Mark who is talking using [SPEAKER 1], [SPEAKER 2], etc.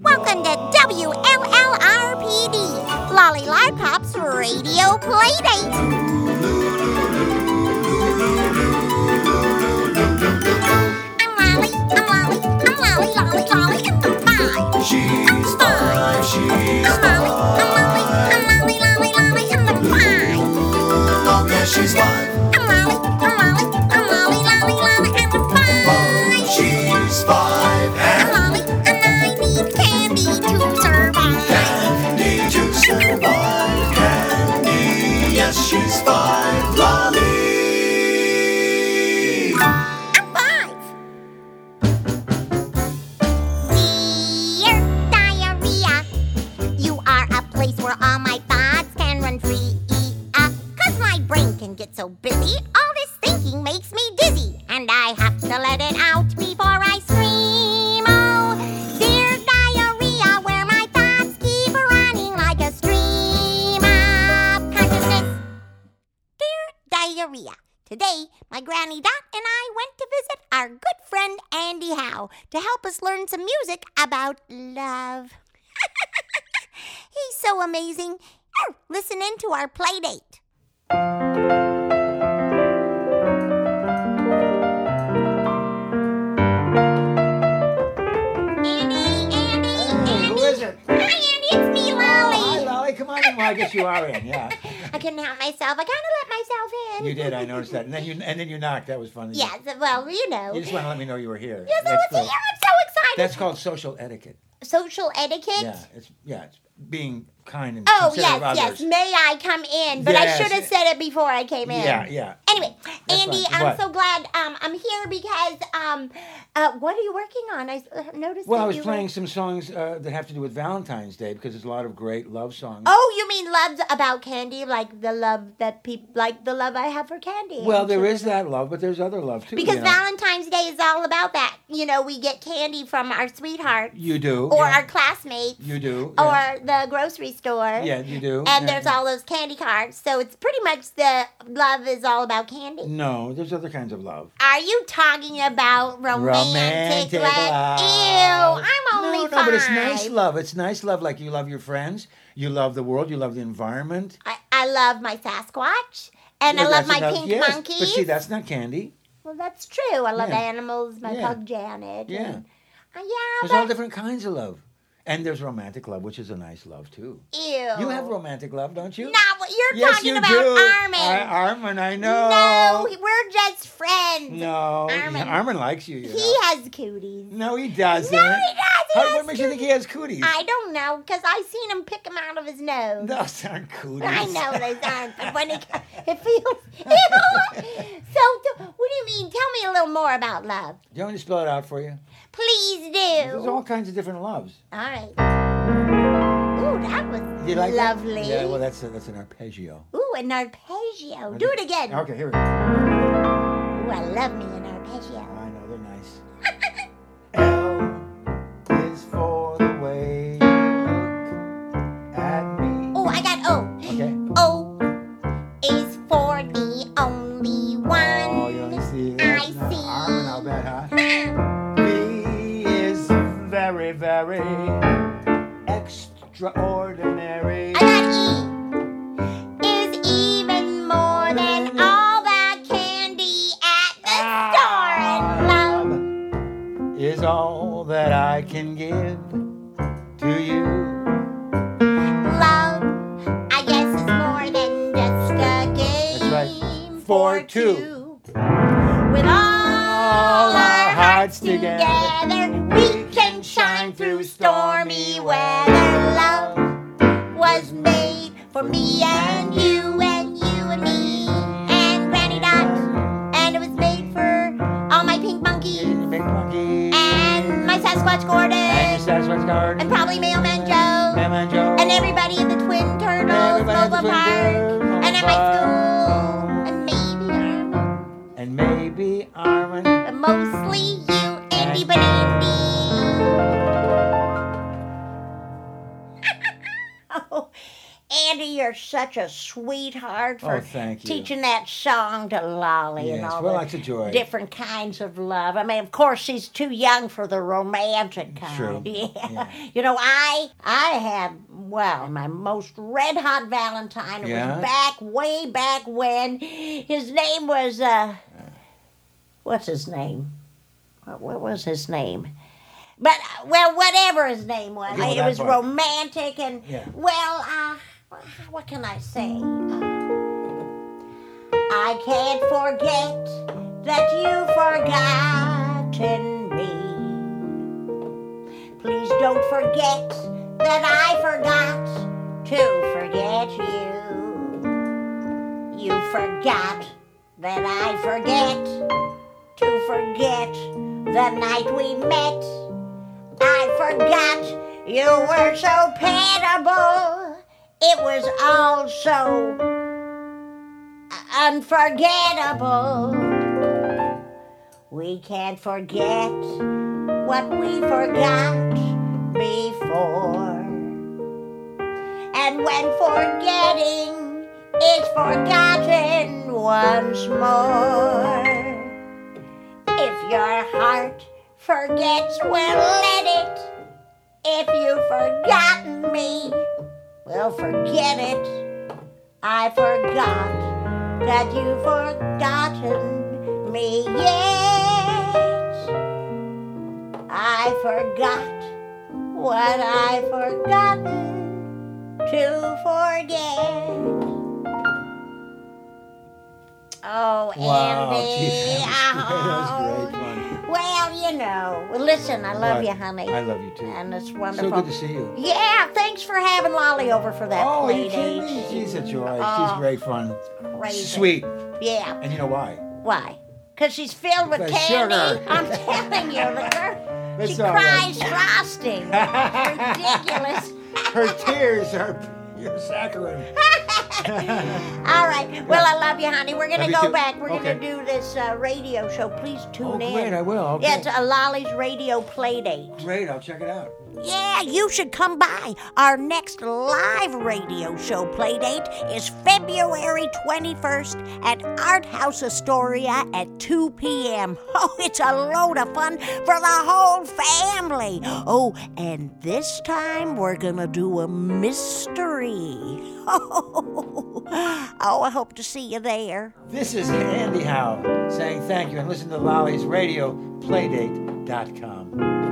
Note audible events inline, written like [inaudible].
[SPEAKER 1] Welcome to WLLRPD, Lollipop's Radio Playdate. I'm Lolly, I'm Lolly, I'm Lolly, Lolly, Lolly, and I'm five.
[SPEAKER 2] She's
[SPEAKER 1] I'm five.
[SPEAKER 2] five, she's
[SPEAKER 1] I'm Lolly, I'm Lolly, I'm Lolly, Lolly, Lolly, and I'm five.
[SPEAKER 2] oh yeah, she's five.
[SPEAKER 1] I'm Lolly, I'm Lolly, I'm Lolly, Lolly, Lolly, and I'm
[SPEAKER 2] Oh,
[SPEAKER 1] five.
[SPEAKER 2] she's five
[SPEAKER 1] I'm
[SPEAKER 2] and
[SPEAKER 1] Lolly, and I need candy to survive.
[SPEAKER 2] candy to survive. Candy, yes, she's five. Lolly.
[SPEAKER 1] I'm five. Dear diarrhea, you are a place where all my thoughts can run free. Uh, Cause my brain can get so busy, all this thinking makes me dizzy, and I have to let it out before I scream. Oh, dear diarrhea, where my thoughts keep running like a stream of consciousness. Dear Diarrhea, today my Granny Dot and I went to visit our good friend Andy Howe to help us learn some music about love. [laughs] He's so amazing. Oh, listen in to our play date. Andy, Andy,
[SPEAKER 3] Hey,
[SPEAKER 1] Andy.
[SPEAKER 3] who is it?
[SPEAKER 1] Hi, Andy, it's me,
[SPEAKER 3] Hi,
[SPEAKER 1] Lolly.
[SPEAKER 3] Lolly. Come on in. Well, I guess you are in. Yeah,
[SPEAKER 1] I couldn't help myself. I kind of let myself in.
[SPEAKER 3] you did. I noticed that. And then you and then you knocked. That was funny.
[SPEAKER 1] Yes, well, you know.
[SPEAKER 3] You just want to let me know you were here.
[SPEAKER 1] [laughs] Yes, I was
[SPEAKER 3] cool.
[SPEAKER 1] here. I'm so excited.
[SPEAKER 3] That's called social etiquette.
[SPEAKER 1] Social etiquette.
[SPEAKER 3] Yeah, it's yeah, it's being kind and
[SPEAKER 1] Oh yes,
[SPEAKER 3] considerate of others.
[SPEAKER 1] yes. May I come in? But
[SPEAKER 3] Yes.
[SPEAKER 1] I should have said it before I came in.
[SPEAKER 3] Yeah, yeah.
[SPEAKER 1] Anyway, Andy,
[SPEAKER 3] fine.
[SPEAKER 1] I'm
[SPEAKER 3] What?
[SPEAKER 1] so glad um, I'm here because um, uh, what are you working on? I s- uh, noticed.
[SPEAKER 3] Well,
[SPEAKER 1] that
[SPEAKER 3] I was
[SPEAKER 1] you were-
[SPEAKER 3] playing some songs uh, that have to do with Valentine's Day because there's a lot of great love songs.
[SPEAKER 1] Oh, you mean loves about candy, like the love that people, like the love I have for candy.
[SPEAKER 3] well, there
[SPEAKER 1] actually.
[SPEAKER 3] is that love, but there's other love too.
[SPEAKER 1] Because
[SPEAKER 3] you know.
[SPEAKER 1] Valentine's Day is all about that. You know, we get candy from our sweetheart
[SPEAKER 3] you do,
[SPEAKER 1] or
[SPEAKER 3] yeah.
[SPEAKER 1] our classmates
[SPEAKER 3] you do, yeah.
[SPEAKER 1] or the grocery store.
[SPEAKER 3] yeah, you do,
[SPEAKER 1] and
[SPEAKER 3] yeah,
[SPEAKER 1] there's
[SPEAKER 3] yeah.
[SPEAKER 1] all those candy cards. So it's pretty much the love is all about candy.
[SPEAKER 3] No, there's other kinds of love.
[SPEAKER 1] Are you talking about romantic,
[SPEAKER 3] romantic
[SPEAKER 1] love?
[SPEAKER 3] love.
[SPEAKER 1] Ew, I'm only
[SPEAKER 3] no, no,
[SPEAKER 1] five.
[SPEAKER 3] but it's nice love. It's nice love. Like you love your friends, you love the world, you love the environment,
[SPEAKER 1] I, I love my Sasquatch and I
[SPEAKER 3] Well,
[SPEAKER 1] love
[SPEAKER 3] that's
[SPEAKER 1] my
[SPEAKER 3] enough.
[SPEAKER 1] pink
[SPEAKER 3] yes,
[SPEAKER 1] monkeys.
[SPEAKER 3] But see, that's not candy.
[SPEAKER 1] well, that's true. I love
[SPEAKER 3] Yeah.
[SPEAKER 1] animals. My
[SPEAKER 3] Yeah.
[SPEAKER 1] pug Janet.
[SPEAKER 3] Yeah.
[SPEAKER 1] and- Uh,
[SPEAKER 3] There's
[SPEAKER 1] yeah,
[SPEAKER 3] all
[SPEAKER 1] but
[SPEAKER 3] different kinds of love, and there's romantic love, which is a nice love too.
[SPEAKER 1] ew.
[SPEAKER 3] You have romantic love, don't you?
[SPEAKER 1] Not what you're
[SPEAKER 3] yes,
[SPEAKER 1] talking
[SPEAKER 3] you
[SPEAKER 1] about,
[SPEAKER 3] do.
[SPEAKER 1] Armin.
[SPEAKER 3] I, Armin, I
[SPEAKER 1] No,
[SPEAKER 3] know.
[SPEAKER 1] we're just friends.
[SPEAKER 3] No, yeah,
[SPEAKER 1] Armin.
[SPEAKER 3] Armin likes you. you
[SPEAKER 1] He
[SPEAKER 3] know.
[SPEAKER 1] has cooties.
[SPEAKER 3] No, he doesn't.
[SPEAKER 1] No, he doesn't. He
[SPEAKER 3] How-
[SPEAKER 1] has
[SPEAKER 3] what makes you think he has cooties?
[SPEAKER 1] I don't know, because I seen him pick him out of his nose.
[SPEAKER 3] [laughs] Those aren't cooties.
[SPEAKER 1] I know
[SPEAKER 3] [laughs]
[SPEAKER 1] they aren't, but when it, it feels [laughs] ew. So, t- what do you mean? Tell me a little more about love.
[SPEAKER 3] Do you want me to spell it out for you?
[SPEAKER 1] Please
[SPEAKER 3] There's
[SPEAKER 1] do.
[SPEAKER 3] all kinds of different loves.
[SPEAKER 1] all right. Ooh, that was
[SPEAKER 3] You like that?
[SPEAKER 1] lovely.
[SPEAKER 3] Yeah, well, that's a, that's an arpeggio.
[SPEAKER 1] Ooh, an arpeggio. Do it again.
[SPEAKER 3] Okay, here we go.
[SPEAKER 1] Ooh, I love me an arpeggio.
[SPEAKER 3] I know they're
[SPEAKER 1] [laughs]
[SPEAKER 3] nice. L is for the way you look at me.
[SPEAKER 1] Oh, I got O.
[SPEAKER 3] Okay.
[SPEAKER 1] O is for the only
[SPEAKER 3] Oh, you
[SPEAKER 1] one.
[SPEAKER 3] only see it. Ah,
[SPEAKER 1] I
[SPEAKER 3] Now,
[SPEAKER 1] see.
[SPEAKER 3] Armin, I'll bet,
[SPEAKER 1] [laughs]
[SPEAKER 3] huh? B is very, very extraordinary.
[SPEAKER 1] I got E is even more than all the candy at the store and love.
[SPEAKER 3] is all that I can give to you.
[SPEAKER 1] Love, I guess, is more than just a game.
[SPEAKER 3] right.
[SPEAKER 1] For
[SPEAKER 3] For
[SPEAKER 1] two.
[SPEAKER 3] two.
[SPEAKER 1] With all
[SPEAKER 3] All
[SPEAKER 1] our
[SPEAKER 3] our
[SPEAKER 1] hearts
[SPEAKER 3] hearts
[SPEAKER 1] together,
[SPEAKER 3] together,
[SPEAKER 1] we can shine through stormy weather. Love was made for me and you and you and me and Granny Dot. And it was made for all my pink monkeys
[SPEAKER 3] Big monkey.
[SPEAKER 1] and my Sasquatch
[SPEAKER 3] And
[SPEAKER 1] Gordon
[SPEAKER 3] your Sasquatch garden.
[SPEAKER 1] and probably Mailman Joe.
[SPEAKER 3] Mailman Joe.
[SPEAKER 1] And everybody in the Twin Turtles
[SPEAKER 3] Everybody at the
[SPEAKER 1] Mobile
[SPEAKER 3] Twin
[SPEAKER 1] Park.
[SPEAKER 3] Turtles Mobile
[SPEAKER 1] And at my
[SPEAKER 3] Park.
[SPEAKER 1] school. And maybe Armin.
[SPEAKER 3] And maybe Armin.
[SPEAKER 1] But mostly you, Andy [laughs] Benandy. oh, Andy, you're such a sweetheart for
[SPEAKER 3] Oh, thank you.
[SPEAKER 1] teaching that song to Lolly and
[SPEAKER 3] Yes,
[SPEAKER 1] all
[SPEAKER 3] well,
[SPEAKER 1] the
[SPEAKER 3] that's a joy.
[SPEAKER 1] different kinds of love. I mean, of course, she's too young for the romantic kind. [laughs]
[SPEAKER 3] True.
[SPEAKER 1] Yeah.
[SPEAKER 3] Yeah.
[SPEAKER 1] You know, I I had well my most red hot Valentine. It
[SPEAKER 3] Yeah?
[SPEAKER 1] was back way back when. His name was uh, what's his name? What, what was his name? But uh, well, whatever his name was,
[SPEAKER 3] Yeah, well,
[SPEAKER 1] it
[SPEAKER 3] that
[SPEAKER 1] was
[SPEAKER 3] part.
[SPEAKER 1] romantic and
[SPEAKER 3] Yeah.
[SPEAKER 1] well, uh, what can I say? Uh, I can't forget that you've forgotten me. Please don't forget that I forgot to forget you. You forgot that I forget to forget the night we met. I forgot you were so pitiable. It was all so unforgettable. We can't forget what we forgot before. And when forgetting is forgotten once more. If your heart forgets, well, let it. If you've forgotten me, well, forget it. I forgot that you've forgotten me yet. I forgot what I've forgotten to forget. Oh,
[SPEAKER 3] Wow,
[SPEAKER 1] Andy.
[SPEAKER 3] gee, that was-
[SPEAKER 1] oh.
[SPEAKER 3] that was great fun.
[SPEAKER 1] Well, you know. Well, listen, I love
[SPEAKER 3] Right.
[SPEAKER 1] you, honey.
[SPEAKER 3] I love you too.
[SPEAKER 1] And it's
[SPEAKER 3] Mm, So
[SPEAKER 1] wonderful.
[SPEAKER 3] good to see you.
[SPEAKER 1] yeah, thanks for having Lolly over for that
[SPEAKER 3] Oh,
[SPEAKER 1] play
[SPEAKER 3] you kidding me?
[SPEAKER 1] date.
[SPEAKER 3] She's a joy.
[SPEAKER 1] Oh.
[SPEAKER 3] She's great fun.
[SPEAKER 1] Crazy.
[SPEAKER 3] Sweet.
[SPEAKER 1] Yeah.
[SPEAKER 3] And you know why?
[SPEAKER 1] Why? Because she's filled with
[SPEAKER 3] The
[SPEAKER 1] candy.
[SPEAKER 3] sugar.
[SPEAKER 1] I'm telling you, look her.
[SPEAKER 3] [laughs] It's
[SPEAKER 1] she
[SPEAKER 3] all right.
[SPEAKER 1] cries frosting.
[SPEAKER 3] [laughs]
[SPEAKER 1] Ridiculous.
[SPEAKER 3] Her tears are pure saccharine.
[SPEAKER 1] All right. Well, I love you, honey. We're going
[SPEAKER 3] Love
[SPEAKER 1] to
[SPEAKER 3] you
[SPEAKER 1] go
[SPEAKER 3] too.
[SPEAKER 1] back. We're
[SPEAKER 3] Okay.
[SPEAKER 1] going to do this uh, radio show. Please tune
[SPEAKER 3] Oh,
[SPEAKER 1] in.
[SPEAKER 3] great, I will. Okay.
[SPEAKER 1] Yeah, it's a Lolly's radio play date.
[SPEAKER 3] Great, I'll check it out.
[SPEAKER 1] Yeah, you should come by. Our next live radio show playdate is February 21st at Art House Astoria at 2 p.m. [laughs] Oh, it's a load of fun for the whole family. Oh, and this time we're going to do a mystery. [laughs] Oh, I hope to see you there.
[SPEAKER 3] This is Andy Howe saying thank you and listen to Lolly's Radio Playdate.com.